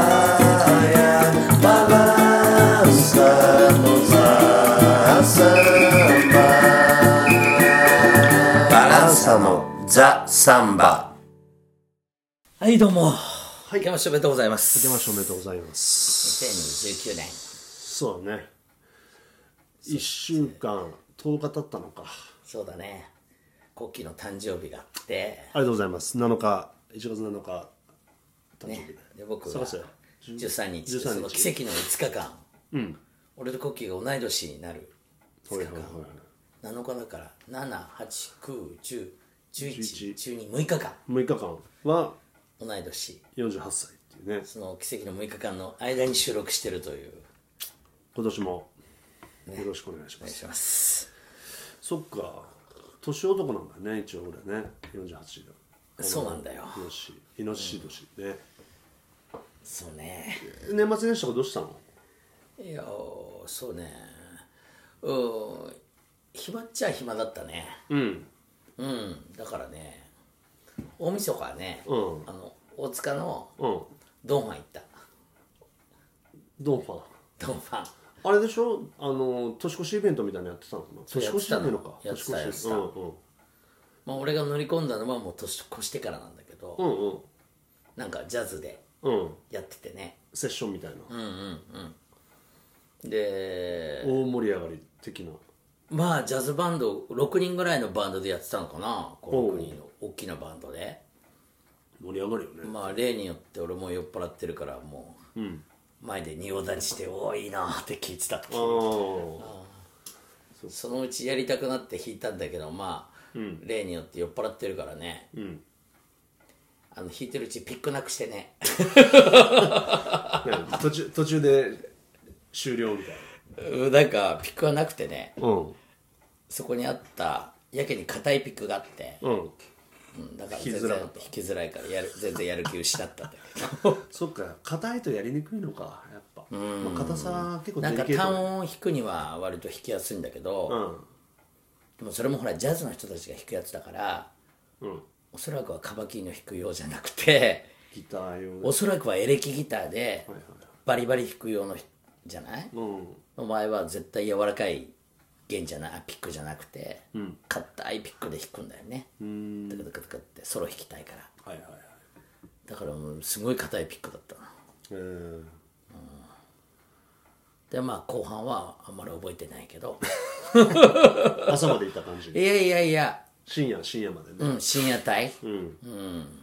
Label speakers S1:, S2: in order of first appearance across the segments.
S1: Praia, balançamos a samba. Balançamos a samba.
S2: はい、どうも。
S3: はい
S2: 明けましておめでとうございます。
S3: 明けましておめでとうございます
S2: 2019年。
S3: そうだね1週間10日経ったのか
S2: そうだね。コッキーの誕生日があって、
S3: ありがとうございます7日1月7日誕生日、
S2: ね、で僕
S3: 探
S2: は
S3: せよ
S2: 13日、
S3: 13日
S2: その奇跡の5日間、俺とコッキーが同い年になる
S3: はいはいはい
S2: 7日だから、7、8、9、10、11、
S3: 11
S2: 12、6日間、
S3: 6日間は
S2: 同い年、
S3: 48歳っていうね
S2: その奇跡の6日間の間に収録してるという、
S3: 今年もよろしくお願いし
S2: お
S3: ま
S2: 願い
S3: す、
S2: します。
S3: そっか年男なんだね一応俺ね48だ
S2: そうなんだよ
S3: イノシシイノシシ年、ね
S2: そうね。
S3: 年末年始とかどうしたの
S2: いやーそうねうん暇っちゃ暇だったね
S3: うん
S2: うんだからね大晦日はね、
S3: うん
S2: あの大塚の
S3: うん
S2: ドンファン行った
S3: ドンファン
S2: ドンファン
S3: あれでしょあの年越しイベントみたいなのやってたのかな
S2: う
S3: 年越しじゃないのか
S2: やってたの
S3: 年
S2: やっ
S3: 越
S2: て
S3: したう
S2: や
S3: んう
S2: って
S3: ん
S2: まあ俺が乗り込んだのはもう年越してからなんだけど、
S3: うんうん
S2: なんかジャズで
S3: うん
S2: やっててね
S3: セッションみたいな、
S2: で
S3: 大盛り上がり的な
S2: まあジャズバンド6人ぐらいのバンドでやってたのかな
S3: お
S2: 5
S3: う
S2: 人の大きなバンドで
S3: 盛り上がるよね、
S2: まあ例によって俺も酔っ払ってるからもう、前で仁王立ちして「おおいいな」って聞いてた時
S3: ああ
S2: そのうちやりたくなって弾いたんだけどまあ、例によって酔っ払ってるからね、
S3: ん
S2: あの弾いてるうちピックなくしてね
S3: ね途中途中で終了みたい
S2: うんなんかピックはなくてね
S3: なうん
S2: そこにあったやけに硬いピックがあって、
S3: うん
S2: うんだから
S3: 弾き
S2: 全
S3: づ
S2: 然
S3: ら
S2: 弾
S3: かった
S2: きづらいからやる全然やる気失ったんだけど
S3: そっか硬いとやりにくいのかやっぱまあ硬さ結構
S2: な
S3: デ
S2: ん
S3: リ
S2: か
S3: ケート
S2: 単
S3: だね
S2: 音を弾くには割と弾きやすいんだけど、でもそれもほらジャズの人たちが弾くやつだから
S3: うんうん
S2: おそらくはカバキーの弾くようじゃなくて
S3: ギター用
S2: おそらくはエレキギターで
S3: はいはい
S2: バリバリ弾く用のひじゃない、
S3: うん
S2: お前は絶対柔らかい弦じゃないピックじゃなくて硬いピックで弾くんだよねドクドクドクってソロ弾きたいから
S3: はいはいはい
S2: だからもうすごい硬いピックだったな
S3: えー、
S2: でまあ後半はあんまり覚えてないけ ど
S3: 朝までいた感じ
S2: いやいやいや、
S3: 深夜深夜までね、
S2: うん、深夜帯、
S3: うん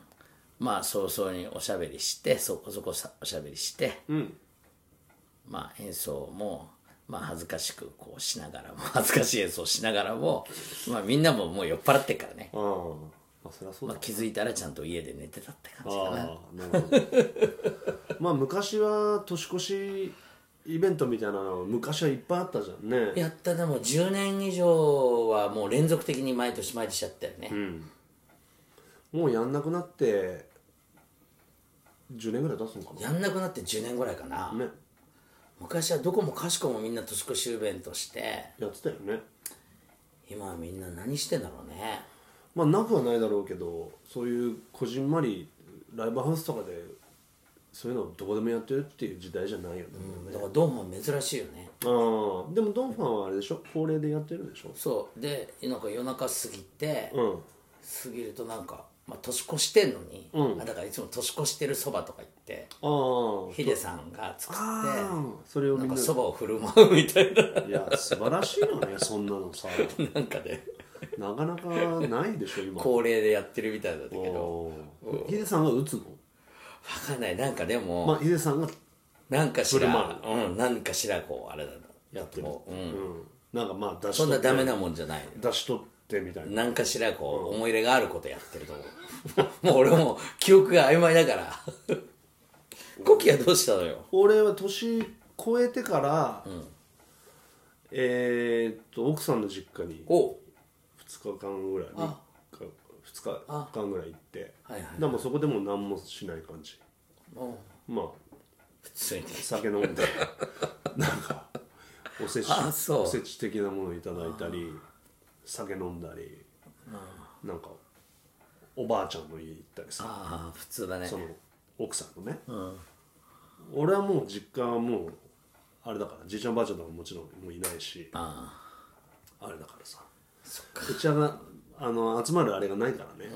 S2: まあ早々におしゃべりしてそこそこさおしゃべりして、
S3: うん
S2: まあ、演奏も、まあ、恥ずかしくこうしながらも 恥ずかしい演奏しながらも、まあ、みんなももう酔っ払ってっからね、
S3: ああまあそりゃそう
S2: ま
S3: だ、
S2: あ、気づいたらちゃんと家で寝てたって感じかな
S3: ああなるほど まあ昔は年越しイベントみたいなの昔はいっぱいあったじゃんね
S2: やったでも10年以上はもう連続的に毎年毎年やったよね、
S3: もうやんなくなって10年ぐらい出すのか
S2: やんなくなって10年ぐらいかな、
S3: なね
S2: 昔はどこもかしこもみんな年越しイベントして
S3: やってたよね
S2: 今はみんな何してんだろうね
S3: まあなくはないだろうけどそういうこじんまりライブハウスとかでそういうのをどこでもやってるっていう時代じゃないよね、
S2: だからドームは珍しいよね
S3: ああでもドンファンはあれでしょ恒例でやってるでしょ
S2: そうでなんか夜中過ぎて、
S3: うん
S2: 過ぎるとなんか、まあ、年越してんのに、
S3: うん
S2: あだからいつも年越してるそばとか行って
S3: ああ
S2: ヒデさんが作って
S3: ああそれを
S2: な
S3: み
S2: ん
S3: んな
S2: か
S3: で
S2: そばを振る舞うみたいない
S3: や素晴らしいよねそんなのさ
S2: なんかね
S3: なかなかないでしょ今
S2: 恒例でやってるみたいなんだけど
S3: おーヒデさんが打つの
S2: 分かんないなんかでも、
S3: まあヒデさんが
S2: なんかしら
S3: 振、
S2: うん、なんかしらこうあれだな
S3: やってる
S2: もう、う、
S3: うんんなんかまあ出し
S2: そん
S3: 取
S2: な
S3: っ
S2: ダメ
S3: て
S2: なもんじゃない
S3: 出し取ってみたいな
S2: なんかしらこう思い入れがあることやってると思う もう俺も記憶が曖昧だからコキはどうしたのよ
S3: 俺は年超えてからえーっと奥さんの実家に
S2: おう
S3: 2日間ぐらい3日2日間ぐらい行って
S2: はいはい
S3: でもそこでもう何もしない感じ
S2: おう
S3: まあ
S2: 普通に
S3: 酒飲んで なんかおせち
S2: あそう
S3: おせち的なものをいただいたり酒飲んだりなんかおばあちゃんの家行ったりさ
S2: ああ普通だね
S3: その奥さんのね、俺はもう実家はもうあれだからじいちゃんばあちゃんとかももちろんもういないしあ
S2: あ
S3: れだからさうちはなあの集まるあれがないからね、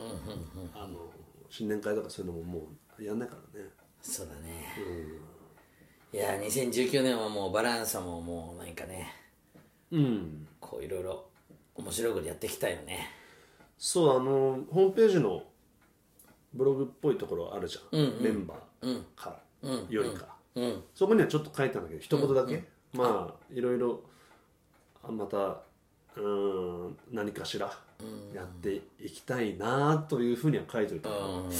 S3: あの新年会とかそういうのももうやんないからね
S2: あそうだね、いや2019年はもうバランサももうなんかね
S3: うん
S2: こういろいろ面白いことやっていきたいよね
S3: そうあのホームページのブログっぽいところあるじゃん、メンバーから、よりか、
S2: うん
S3: そこにはちょっと書いたんだけど一言だけ、まあいろいろあまたうーん何かしらやっていきたいなというふうには書いてるけど、
S2: うん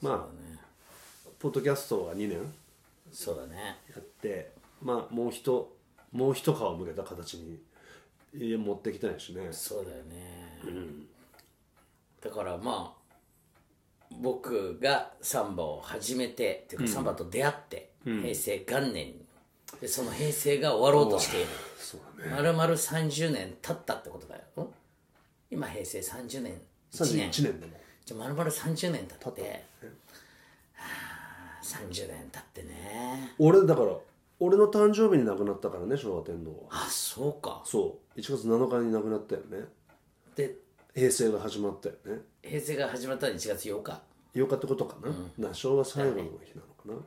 S3: まあ、ポッドキャストは2年
S2: そうだね
S3: やってまあもうひともう一皮むけた形にいや持ってきたいしね
S2: そうだよね、だからまあ僕がサンバを始めてっていうかサンバと出会って、平成元年にでその平成が終わろうとしている
S3: そうだね
S2: まるまる30年経ったってことだよん今平成30年1
S3: 31
S2: 年
S3: 年でも
S2: じゃあまるまる30年経ってはあ30年経ってね
S3: 俺だから俺の誕生日に亡くなったからね昭和天皇は
S2: あそうか
S3: そう1月7日に亡くなったよね
S2: で
S3: 平成が始まったよね
S2: 平成が始まったの1月8日
S3: 8日ってことかな、な昭和最後の日なのか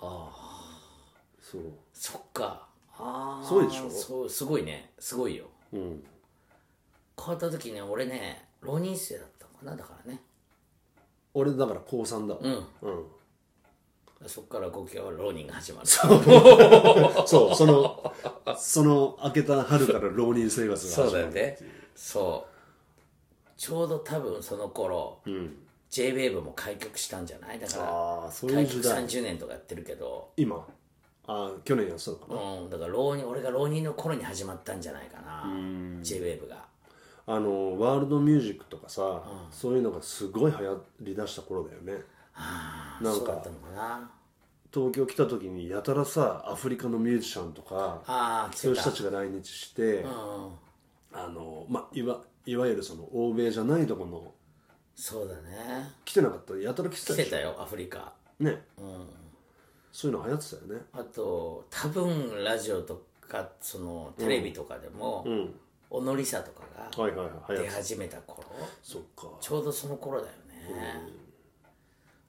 S3: な、そう
S2: そっかああ
S3: すごいでしょ
S2: そうすごいねすごいよ
S3: うん
S2: 変わった時ね俺ね浪人生だったのかなだからね
S3: 俺だから高3だわうん、
S2: そっから5期は浪人が始まる
S3: そうそのその明けた春から浪人生活が始
S2: そ
S3: まる
S2: うだよねそうちょうど多分その頃、j w a v e も開局したんじゃないだから
S3: ああそういう
S2: 開
S3: 時
S2: 局
S3: 代
S2: 30年とかやってるけど
S3: 今ああ去年やってたのかな
S2: うんだから浪人俺が浪人の頃に始まったんじゃないかな j w a v e が
S3: あのワールドミュージックとかさ、そういうのがすごい流行りだした頃だよねな
S2: そ
S3: ん
S2: うだ
S3: か
S2: ったのかな
S3: 東京来た時にやたらさアフリカのミュージシャンとか
S2: ああ来
S3: そうい
S2: て
S3: う人
S2: た
S3: たちが来日して、あのまあいわいわゆるその欧米じゃないとこの
S2: そうだね
S3: 来てなかったやたら来てた
S2: 来
S3: で
S2: て
S3: しょ
S2: たよアフリカ
S3: ね、そういうの流行ってたよね
S2: あと多分ラジオとかそのテレビとかでも、おのりさとか
S3: はいはいは
S2: が
S3: い
S2: 出
S3: 流行ってた
S2: 始めた頃、
S3: そっか
S2: ちょうどその頃だよね、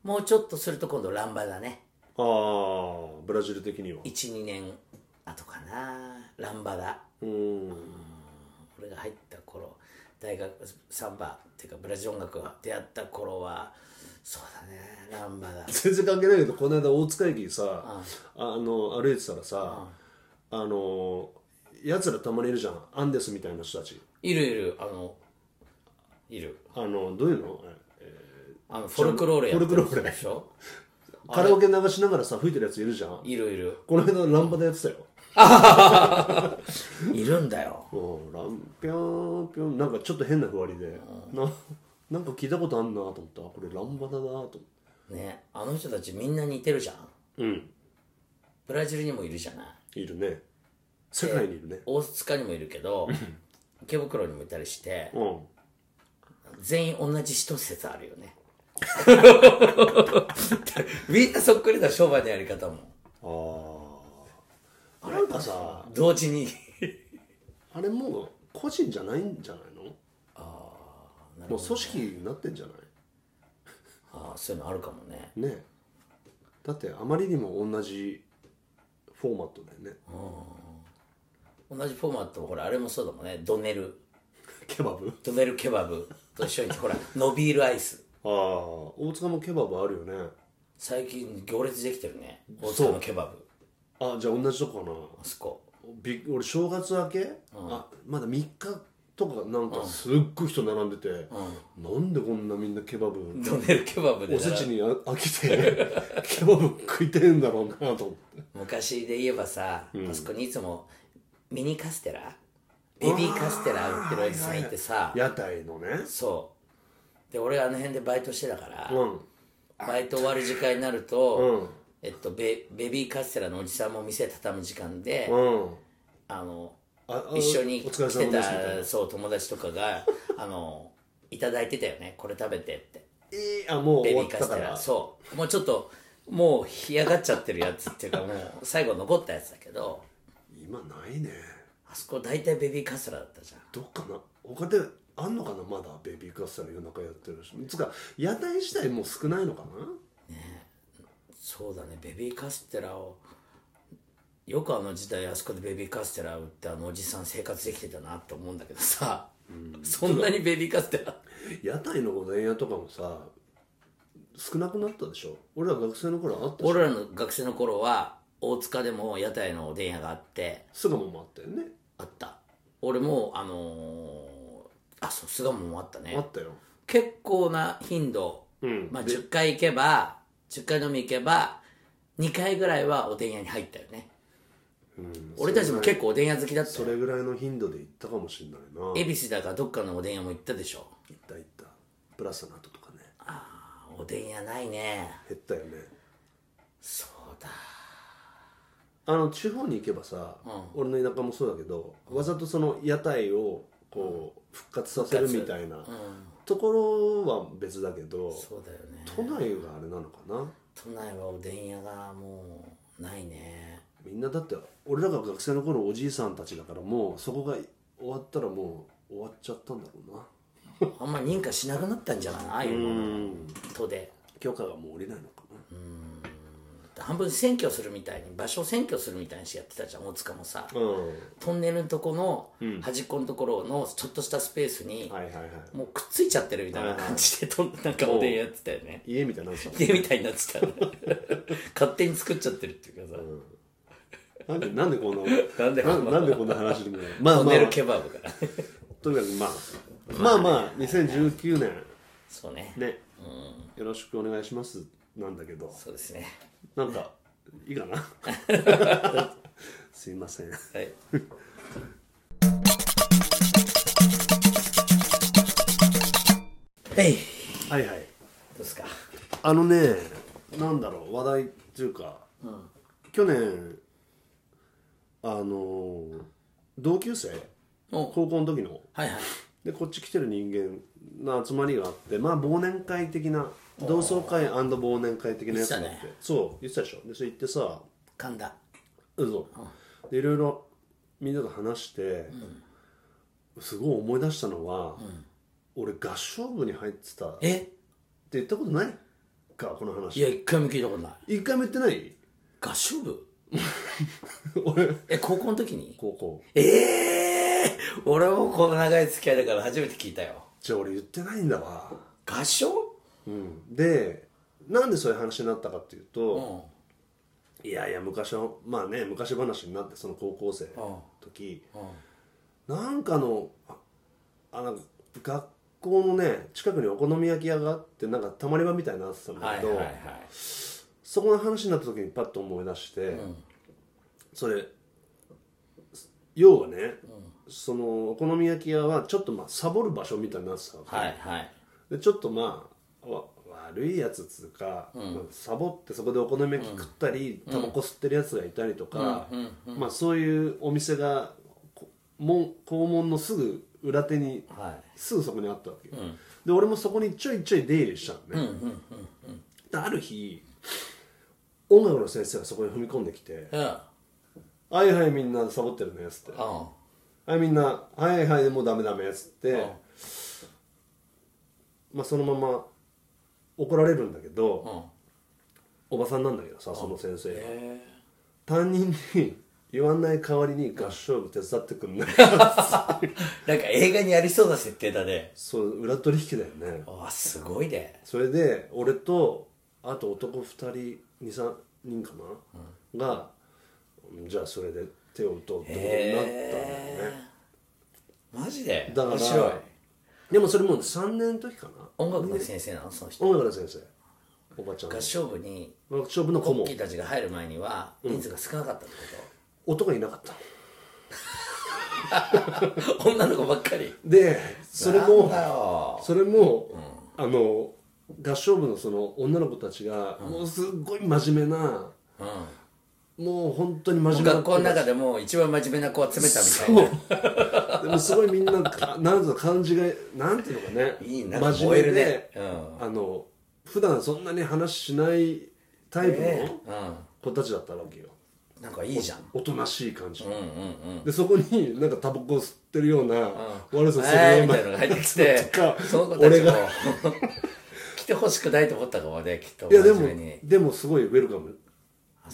S2: もうちょっとすると今度ランバだね
S3: ああブラジル的には
S2: 12年後かなランバだ
S3: うん
S2: 俺が入った頃大学サンバっていうかブラジル音楽が出会った頃はそうだねランバだ
S3: 全然関係ないけどこの間大塚駅さ、あの歩いてたらさ、あのやつらたまにいるじゃんアンデスみたいな人たち
S2: いるいるあのいる
S3: あのどういうの
S2: あのフォルクローレやって
S3: フォルクローレ
S2: でしょ
S3: カラオケ流しながらさ吹いてるやついるじゃん
S2: いるいる
S3: この間ランバでやってたよ
S2: いるんだよ
S3: うんランピョンピョンなんかちょっと変なふわりでななんか聞いたことあんなと思ったあこれランバだなと思って
S2: ねあの人たちみんな似てるじゃん
S3: うん
S2: ブラジルにもいるじゃない
S3: いるね世界にいるね
S2: 大塚にもいるけど池袋にもいたりして
S3: うん
S2: 全員同じ一説あるよ ねみんなそっくりだ商売のやり方も
S3: ああなんかさ
S2: 同時に
S3: あれもう個人じゃないんじゃないのもう組織になってんじゃない
S2: ああそういうのあるかもね
S3: ねだってあまりにも同じフォーマットだよね
S2: 同じフォーマットもほらあれもそうだもんねドネル
S3: ケバブ
S2: ドネルケバブと一緒にほらノビールアイス
S3: ああ大塚もケバブあるよね
S2: 最近行列できてるね大塚のケバブ
S3: あじゃあ同じとこかな
S2: あそこ
S3: び俺正月明け、あまだ3日とかなんかすっごい人並んでて、なんでこんなみんなケバブ、
S2: ドネルケバブで
S3: おせちにあ飽きて ケバブ食いてんだろうなと思って
S2: 昔で言えばさ、あそこにいつもミニカステラベビーカステラ売ってるおじさんいてさ
S3: 屋台のね
S2: そうで俺あの辺でバイトしてたから、
S3: うん
S2: バイト終わる時間になると、
S3: うん
S2: えっと、ベベビーカステラのおじさんも店畳む時間で、
S3: うん
S2: あの
S3: ああ
S2: 一緒に
S3: お
S2: 来
S3: 疲れ様
S2: て
S3: ですみたいな
S2: たそう友達とかがあのいただいてたよねこれ食べてって
S3: いいあもう
S2: ベ
S3: 終
S2: ビ
S3: わ
S2: ーカ
S3: った
S2: ス
S3: か
S2: テ
S3: ら
S2: ラそうもうちょっともう干上がっちゃってるやつっていうかもう最後残ったやつだけど
S3: 今ないね
S2: あそこ大体ベビーカステラだったじゃん
S3: どっかな他であんのかなまだベビーカステラ夜中やってるしつか屋台自体もう少ないのかな
S2: そうだねベビーカステラをよくあの時代あそこでベビーカステラ売ってあのおじさん生活できてたなと思うんだけどさ、そんなにベビーカステラ
S3: 屋台のおでん屋とかもさ少なくなったでしょ俺ら学生の頃あったでしょ
S2: 俺らの学生の頃は大塚でも屋台のおでん屋があって
S3: 巣鴨もあったよね
S2: あった俺もあのーあそう巣鴨もあった
S3: あ
S2: ね
S3: ったよ
S2: 結構な頻度、
S3: うん
S2: まあ、
S3: で
S2: 10回行けば10回飲み行けば2回ぐらいはおでん屋に入ったよね俺たちも結構おでん屋好きだった
S3: そ
S2: よ
S3: れぐらいの頻度で行ったかもしれないな行
S2: 恵
S3: っ
S2: 比寿だからどっかのおでん屋も行ったでしょ
S3: た行ったプラスの後とかね
S2: あおでん屋ないね
S3: 減ったよね
S2: そうだ
S3: あの地方に行けばさ、俺の田舎もそうだけどわざとその屋台をこう復活させるみたいなところは別だけど、
S2: そうだよね
S3: 都内があれなのかな
S2: 都内はおでん屋がもうないね
S3: みんなだって俺らが学生の頃おじいさんたちだからもうそこが終わったらもう終わっちゃったんだろうな
S2: あんま認可しなくなったんじゃないああいうもの都で
S3: 許可がもう下りないのか
S2: 半分占拠するみたいに場所を占拠するみたいにしてやってたじゃん大塚もさ
S3: なうん
S2: トンネルのとこの端っこのところのちょっとしたスペースに
S3: はいはいはい
S2: もうくっついちゃってるみたいな感じでとなんかおでんやってたよね
S3: 家みたいになっちゃ
S2: 家みたいになってたよね勝手に作っちゃってるっていうかさ、
S3: うなんでなんでこんな
S2: なんでこんな
S3: ななんでこんな話にもまあ
S2: トン
S3: まあ
S2: ネルケバブから
S3: とにかくまあまあまあ2019年
S2: そうね
S3: ね、よろしくお願いしますなんだけど
S2: そうですね
S3: なんかいいかな すいません
S2: はいはいど
S3: はいはいう
S2: ですか
S3: あのねなんだろう話題っていうか、去年あのー同級生
S2: お
S3: 高校の時の
S2: はいはい
S3: でこっち来てる人間の集まりがあってまあ忘年会的な同窓会忘年会的なやつがあって
S2: 言ってたね
S3: そう言ってたでしょでそれ行ってさ
S2: 神田
S3: うそでいろいろみんなと話して、すごい思い出したのは、俺合唱部に入ってたって
S2: え
S3: 言ったことないかこの
S2: い
S3: 話
S2: や一回も聞いたことない
S3: 一回も言ってない
S2: 合唱 部
S3: 俺
S2: え高校の時に
S3: 高校
S2: ええー、俺もこの長い付き合いだから初めて聞いたよ
S3: じゃあ俺言ってないんだわ、
S2: 合唱
S3: うん、でなんでそういう話になったかっていう
S2: うん
S3: と、いやいや昔はまあね昔話になってその高校生の時、なんかのああの学校のね近くにお好み焼き屋があってなんかたまり場みたいになってたんだ
S2: はい
S3: け
S2: はい
S3: ど、
S2: はい
S3: そこの話になった時にパッと思い出して、それ要はね、そのお好み焼き屋はちょっとまあサボる場所みたいになってたわけ
S2: はいはい
S3: でちょっとまあわ悪いやつっつうか、まあサボってそこでお好み焼き食ったり、タバコ吸ってるやつがいたりとか、まあ、そういうお店がこ門校門のすぐ裏手に、
S2: はい
S3: すぐそこにあったわけよ、で俺もそこにちょいちょい出入りしたのね、である日音楽の先生がそこに踏み込んできて
S2: うん
S3: 「はいはいみんなサボってるね」っつって
S2: うん
S3: はいみんな「はいはいもうダメダメ」っつって、まあ、そのまま怒られるんだけど、おばさんなんだけどさその先生が、担任に言わない代わりに合唱部手伝ってくんない
S2: なんか映画にありそうな設定だね
S3: そう裏取引だよね
S2: あすごいね
S3: それで俺とあと男2人23人かな、がじゃあそれで手を打とうってことになったんだよね、
S2: マジで
S3: だから
S2: 面白い
S3: でもそれもう3年の時かな
S2: 音楽の先生なのその人
S3: 音楽の先生おばちゃんの
S2: 合唱部に
S3: 合唱部の顧
S2: コッ
S3: 問
S2: キーたちが入る前には人数が少なかったって
S3: 男いなかった
S2: こと、女の子ばっかり
S3: でそ れ
S2: なん
S3: も
S2: だよ
S3: それも、あの合唱部のその女の子たちが、もうすっごい真面目な、
S2: うん
S3: もう本当に真面目な
S2: 学校の中でも一番真面目な子は詰めたみたいな
S3: そう でもすごいみんなかなんと感じがなんていうのかね
S2: いいななんか
S3: 真
S2: 燃え
S3: 面目
S2: る
S3: で、
S2: ねうん
S3: あの普段そんなに話しないタイプの
S2: う
S3: 子たちだったわけよ
S2: んなんかいいじゃん
S3: おとなしい感じ、
S2: うんうんうん
S3: でそこになんかタバコ吸ってるような、悪さする
S2: えー
S3: よう
S2: み
S3: な
S2: たいなのが入ってきて
S3: とか
S2: その子た
S3: 俺
S2: ちも
S3: が
S2: 来てほしくないと思ったかもねきっと
S3: いやで
S2: 真
S3: も
S2: 面目に
S3: でもすごいウェルカム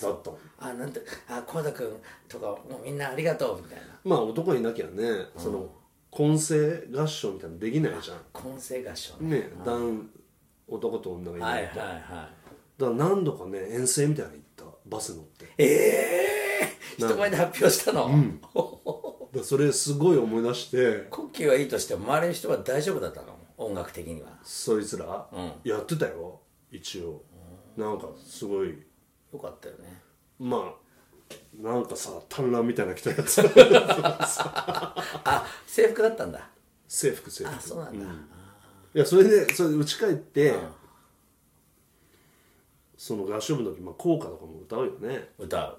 S3: だった
S2: あなんてあコウタ君とかもうみんなありがとうみたいな
S3: まあ男いなきゃね、その混声合唱みたいなのできないじゃん
S2: 混声合唱
S3: ね男男と女がい
S2: は
S3: ないい
S2: はい
S3: と、
S2: は
S3: だから何度かね遠征みたいなの行ったバス乗ってだか
S2: いええー、人前で発表したの、
S3: らそれすごい思い出して
S2: コッキーはいいとしても周りの人は大丈夫だったの音楽的には
S3: そいつら
S2: ん
S3: やってたよ一応なんかすごい
S2: よかったよね
S3: まあなんかさ短乱みたいなの着たや つ
S2: あ制服だったんだ
S3: 制服制
S2: あ
S3: 服
S2: そうなんだ、
S3: いやそれでそれで家帰って、その合唱部の時、まあ、校歌とかも歌うよね
S2: 歌う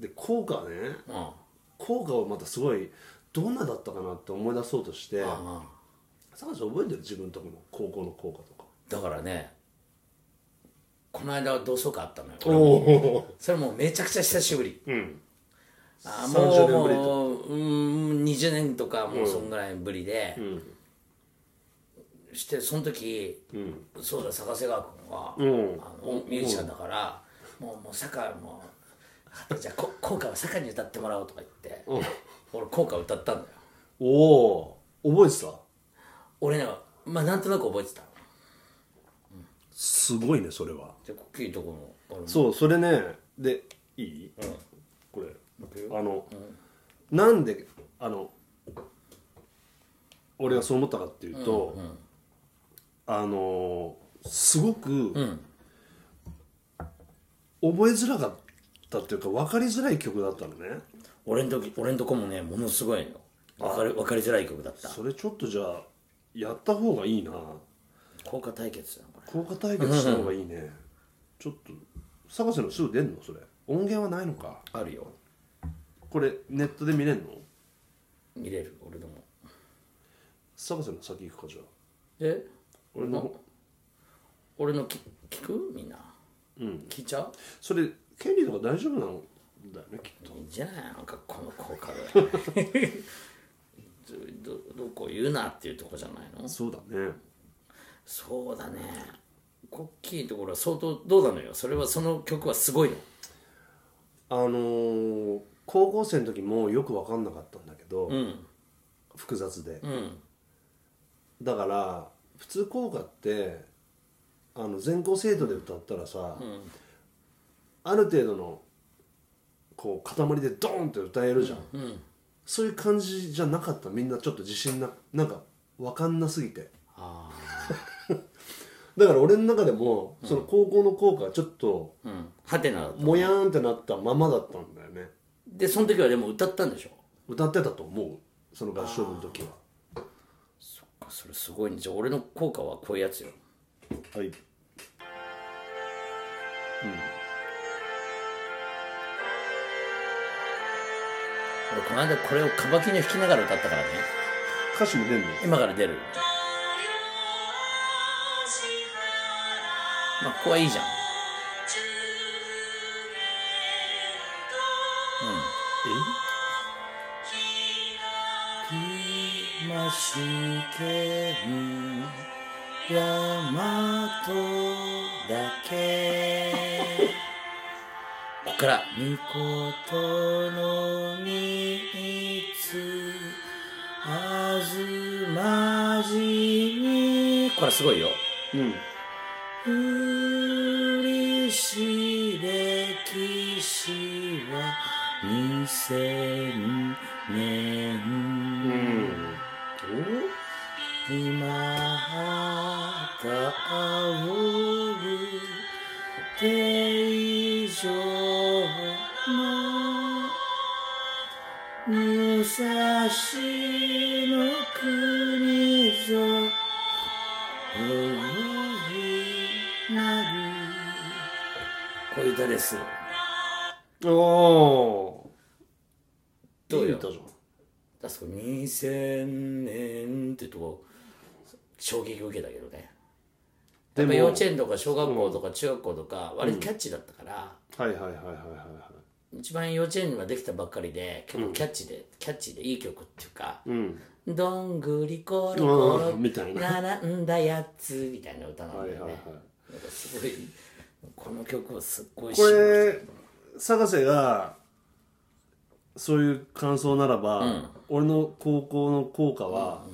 S3: で校歌はね
S2: うんあ
S3: 校歌をまたすごいどんなだったかなって思い出そうとして
S2: あ
S3: 坂口覚えてる自分のとこの高校の校歌とか
S2: だからねこの間同窓会あったのよ
S3: お
S2: 俺も
S3: お
S2: それもうめちゃくちゃ久しぶり
S3: うん
S2: あ
S3: 30
S2: もう
S3: 年ぶりと
S2: もううん20年とかもうそんぐらいぶりで、してその時、そうだ坂瀬川君は、
S3: ん
S2: あのミュージシャンだから、もうもう坂もうじゃあこ効果は坂に歌ってもらおうとか言って、俺効果歌ったんだよ
S3: おお覚えてた
S2: 俺ねまあなんとなく覚えてた
S3: すごいねそれは
S2: でコッキーとこも俺も
S3: そうそれねでいい、これあの、なんであの俺がそう思ったかっていうと、あのすごく、覚えづらかったっていうか分かりづらい曲だったのね
S2: 俺ん時俺んとこもねものすごいの分かり分かりづらい曲だった
S3: それちょっとじゃあやった方がいいな
S2: 効果対決だなこれ
S3: 効果対決した方がいいね、ちょっと探せのすぐ出んのそれ音源はないのか
S2: あるよ
S3: これネットで見れんの
S2: 見れる俺でも
S3: 探せの先行くかじゃあ
S2: で
S3: 俺の
S2: 俺のき聞くみんな、うん、聞いちゃう
S3: それ権利とか大丈夫なんだよねきっ
S2: いいんじゃないなんかこの効果 でどどどこう言うなっていうとこじゃないの
S3: とそうだね
S2: そうだねコッキーのところは相当どうなのよそれはその曲はすごいの
S3: あのー高校生の時もよく分かんなかったんだけど、
S2: ん
S3: 複雑で、
S2: うん
S3: だから普通校歌ってあの全校生徒で歌ったらさ、ある程度のこう塊でドーンって歌えるじゃん、そういう感じじゃなかったみんなちょっと自信ななんか分かんなすぎて
S2: あ
S3: だから俺の中でも、その高校の校歌はちょっと
S2: あうんハテナだった
S3: もやーんってなったままだったんだよね
S2: でその時はでも歌ったんでしょ
S3: 歌ってたと思うその合唱部の時は
S2: それすごいねじゃあ俺の効果はこういうやつよ
S3: はい
S2: 俺この間これをカバキリを弾きながら歌ったからね
S3: 歌詞も出んの
S2: 今から出るよまあここはいいじゃんましけん大和だけ ここからみことのみいつあずまじにこれすごいよ
S3: えうん
S2: うりし歴史は2000年
S3: うん
S2: 今旗をる定常の武蔵の国ぞ大いなるこういう歌です
S3: おお
S2: どうよ
S3: いい歌じゃん
S2: あそこ2000年ってとこ衝撃受けたけどねや
S3: で
S2: っ
S3: も
S2: ぱ幼稚園とか小学校とか中学校とか割とキャッチーだったから、
S3: はいはいはいはいはいは
S2: 一番幼稚園にはできたばっかりで結構キャッチーで、キャッチーでいい曲っていうか
S3: いうん
S2: 「どんぐりころころ
S3: うんみたいな
S2: 並んだやつ」みたいな歌なん
S3: はい
S2: だ
S3: はい
S2: よね、
S3: はい
S2: なんかすごいこの曲をすっごい
S3: これ探せがそういう感想ならば、俺の高校の校歌は、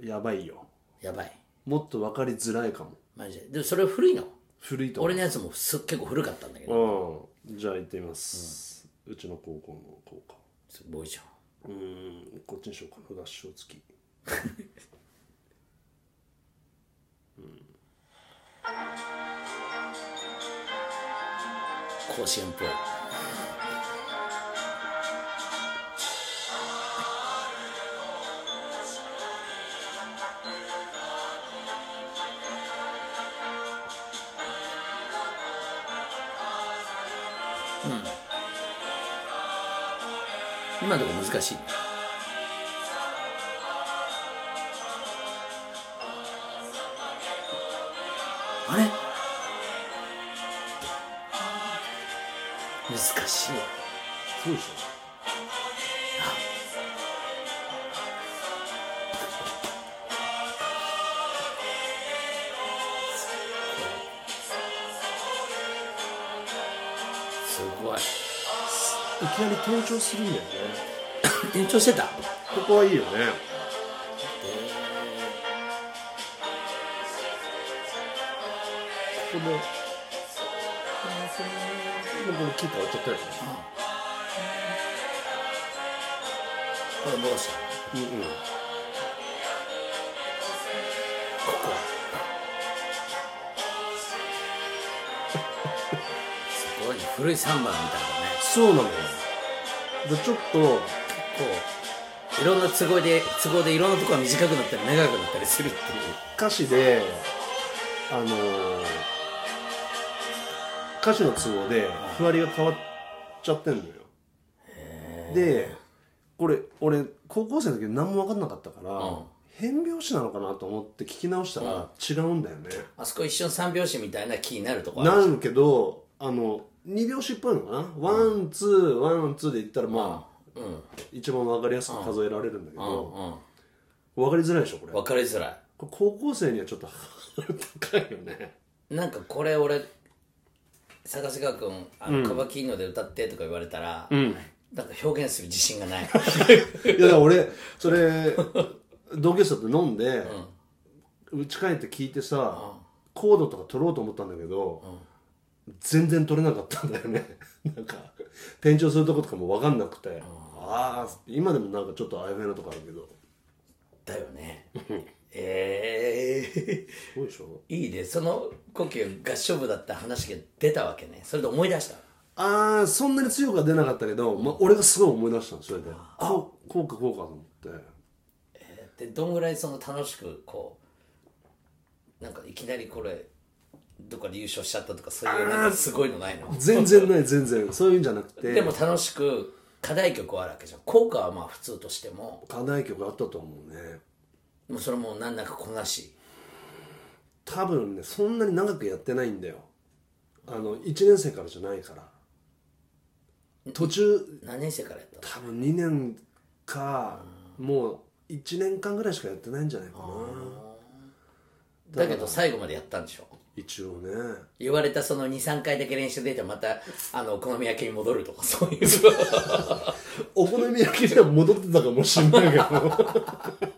S3: やばいよ
S2: やばい
S3: もっと分かりづらいかも
S2: マジででもそれ古いの
S3: 古いと思
S2: 俺のやつもす結構古かったんだけど
S3: う、うん、じゃあ行ってみます、うちの高校の校歌
S2: すごいじゃん
S3: うーんこっちにしようかな合唱付き
S2: 甲子園っぽいうん今のとこ難しいあれ難しい
S3: そうでし
S2: すごい
S3: ょいきなり転調するんだよね
S2: 転調してた
S3: ここはいいよねここでもうこのキーパー終わっちゃったよね
S2: これ戻した
S3: うんうん
S2: ここすごいね古いサンバみたいだね
S3: そうなのよでちょっと
S2: こういろんな都合で都合でいろんなとこが短くなったり長くなったりするっていう
S3: 歌詞であのー歌詞の都合でふわりが変わっちゃってんのよでこれ俺高校生の時何も分かんなかったから、
S2: うん
S3: 変拍子なのかなと思って聞き直したら違うんだよね、
S2: あそこ一瞬三拍子みたいな気になるとこある
S3: なるけどあの2拍子っぽいのかなワンツーワンツーで言ったらまあ
S2: うんうん
S3: 一番分かりやすく数えられるんだけど
S2: うん
S3: 分かりづらいでしょこれ
S2: 分かりづらい
S3: これ高校生にはちょっとハ ードル高いよね
S2: なんかこれ俺坂瀬川君「あのカバキーノで歌って」とか言われたら、なんか表現する自信がない
S3: いやだから俺そ れ同級生と飲んで家帰って聞いてさコードとか取ろうと思ったんだけど全然取れなかったんだよね なんか転調するとことかも分かんなくてああ今でもなんかちょっとあやめなとこあるけど
S2: だよねええ
S3: すごいでしょ
S2: いいねその呼吸合唱部だった話が出たわけねそれで思い出した
S3: ああそんなに強くは出なかったけど、まあ、俺がすごい思い出したのそれであこうこうかこうかと思って
S2: でどんぐらいその楽しくこうなんかいきなりこれどっかで優勝しちゃったとかそういうなんかすごいのないの
S3: 全然ない全然そういうんじゃなくて
S2: でも楽しく課題曲はあるわけじゃん効果はまあ普通としても
S3: 課題曲あったと思うね
S2: もうそれもなんなくこなし
S3: 多分ねそんなに長くやってないんだよあの1年生からじゃないから途中
S2: 何年生からやったの
S3: 多分2年かもう1年間ぐらいしかやってないんじゃないかな
S2: だけど最後までやったんでしょ
S3: 一応ね
S2: 言われたその23回だけ練習でいてまたあのお好み焼きに戻るとか そういう
S3: お好み焼きには戻ってたかもしれないけど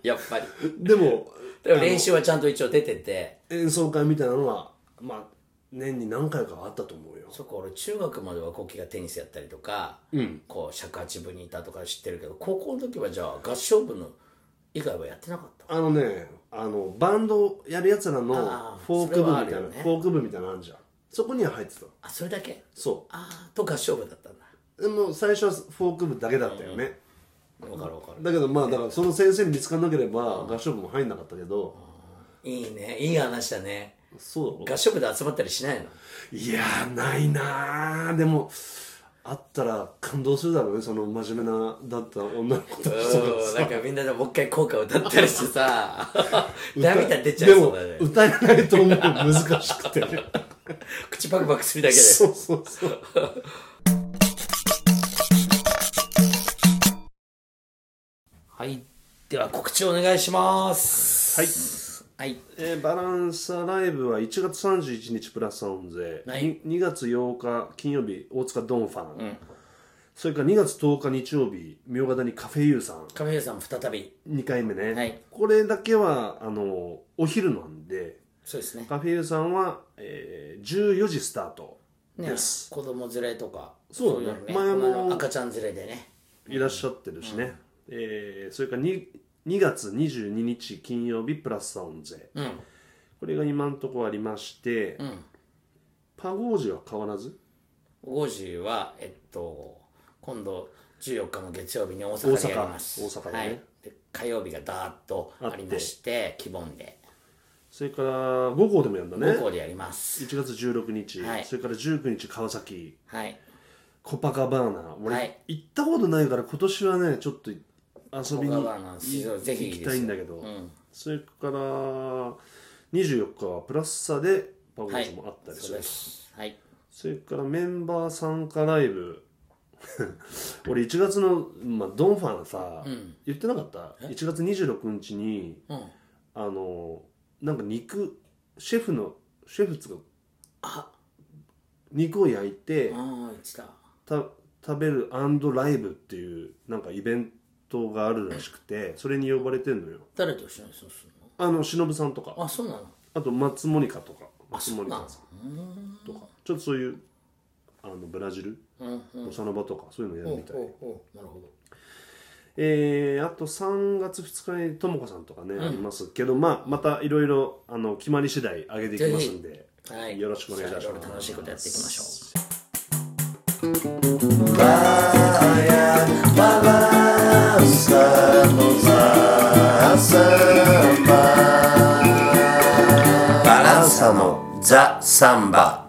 S2: やっぱり
S3: でも
S2: でも練習はちゃんと一応出てて
S3: 演奏会みたいなのはまあ年に何回かはあったと思うよ
S2: そっか俺中学までは国旗がテニスやったりとか、こう尺八部にいたとか知ってるけど高校の時はじゃあ合唱部の以外はやってなかった
S3: あのねあのバンドやるやつらの
S2: あー
S3: フォーク部みた
S2: それはあ
S3: いな、
S2: るよね
S3: フォーク部みたいなのあるじゃんそこには入ってた
S2: あそれだけ
S3: そう
S2: ああと合唱部だったんだ
S3: でも最初はフォーク部だけだったよね、
S2: わかるわかる
S3: だけどまあだからその先生に見つからなければ合唱部も入んなかったけど、
S2: いいねいい話だね
S3: そう
S2: 合唱部で集まったりしないの
S3: いやーないなーでもあったら感動するだろうねその真面目なだった女の子たちとか
S2: うんなんかみんなでもう一回効果歌ったりして さ涙出ちゃ
S3: で
S2: いそう
S3: も
S2: だね
S3: 歌えないと思う難し くてね
S2: 口パクパクするだけで
S3: そうそうそう
S2: はいでは告知お願いします
S3: はい
S2: はい
S3: えーバランサーライブは1月31日プラスオンゼ、
S2: はい
S3: に2月8日金曜日大塚ドンファン、それから2月10日日曜日明ヶ谷カフェユーさん
S2: 亀井さん再び
S3: 2回目ね、
S2: はい
S3: これだけはあのお昼なんで
S2: そうですね
S3: カフェユーさんは、えー14時スタート
S2: ね
S3: です、
S2: 子供連れとか
S3: そうだね
S2: いの
S3: 前も
S2: あの赤ちゃん連れでね
S3: いらっしゃってるしね、えーそれから 2, 2月22日金曜日プラスオンゼ、
S2: うん
S3: これが今のところありまして、
S2: ん
S3: パゴージは変わらず
S2: 5時はえっと今度14日の月曜日に大
S3: 大
S2: 阪
S3: 阪
S2: でやります
S3: 大阪でね
S2: はい、で火曜日がダーッとありまして希望で
S3: それから5校でもやるんだね
S2: 5校でやります、
S3: 1月16日、
S2: はい
S3: それから19日川崎
S2: はい
S3: コパカバーナ俺、
S2: はい
S3: 行ったことないから今年はねちょっと遊びに
S2: コパカバーナ非常にぜひ
S3: 行きたいんだけど、
S2: ん
S3: それから24日はプラスサでパゴ
S2: は
S3: ー
S2: い
S3: ジもあったりす
S2: そう
S3: る、
S2: ですはい
S3: それからメンバー参加ライブ 俺1月の、まあ、ドンファンさ、言ってなかった1月26日に
S2: うん
S3: あのなんか肉シェフのシェフつうか肉を焼いて
S2: ああ一だ
S3: た食べるライブっていうなんかイベントがあるらしくてそれに呼ばれてんのよ
S2: 誰と一緒にそうする
S3: あの忍さんと
S2: の
S3: か
S2: あそうなの
S3: あと松モニカとか松モ
S2: そう
S3: ニ
S2: な
S3: カ
S2: の
S3: さんとかちょっとそういうあのブラジル
S2: うんうん
S3: ボサノバとかそういうのやる
S2: お
S3: み
S2: う
S3: たい
S2: おうおうなるほ
S3: えーあと3月2日にともこさんとかね、ありますけど、まあ、またいろいろあの決まり次第上げていきますんで、
S2: どはい
S3: よろしくお願いいたし
S2: さあ
S3: ま
S2: ろ
S3: す
S2: ろ楽しいことやっていきましょう
S1: Balançamos a samba. Balançamos a samba.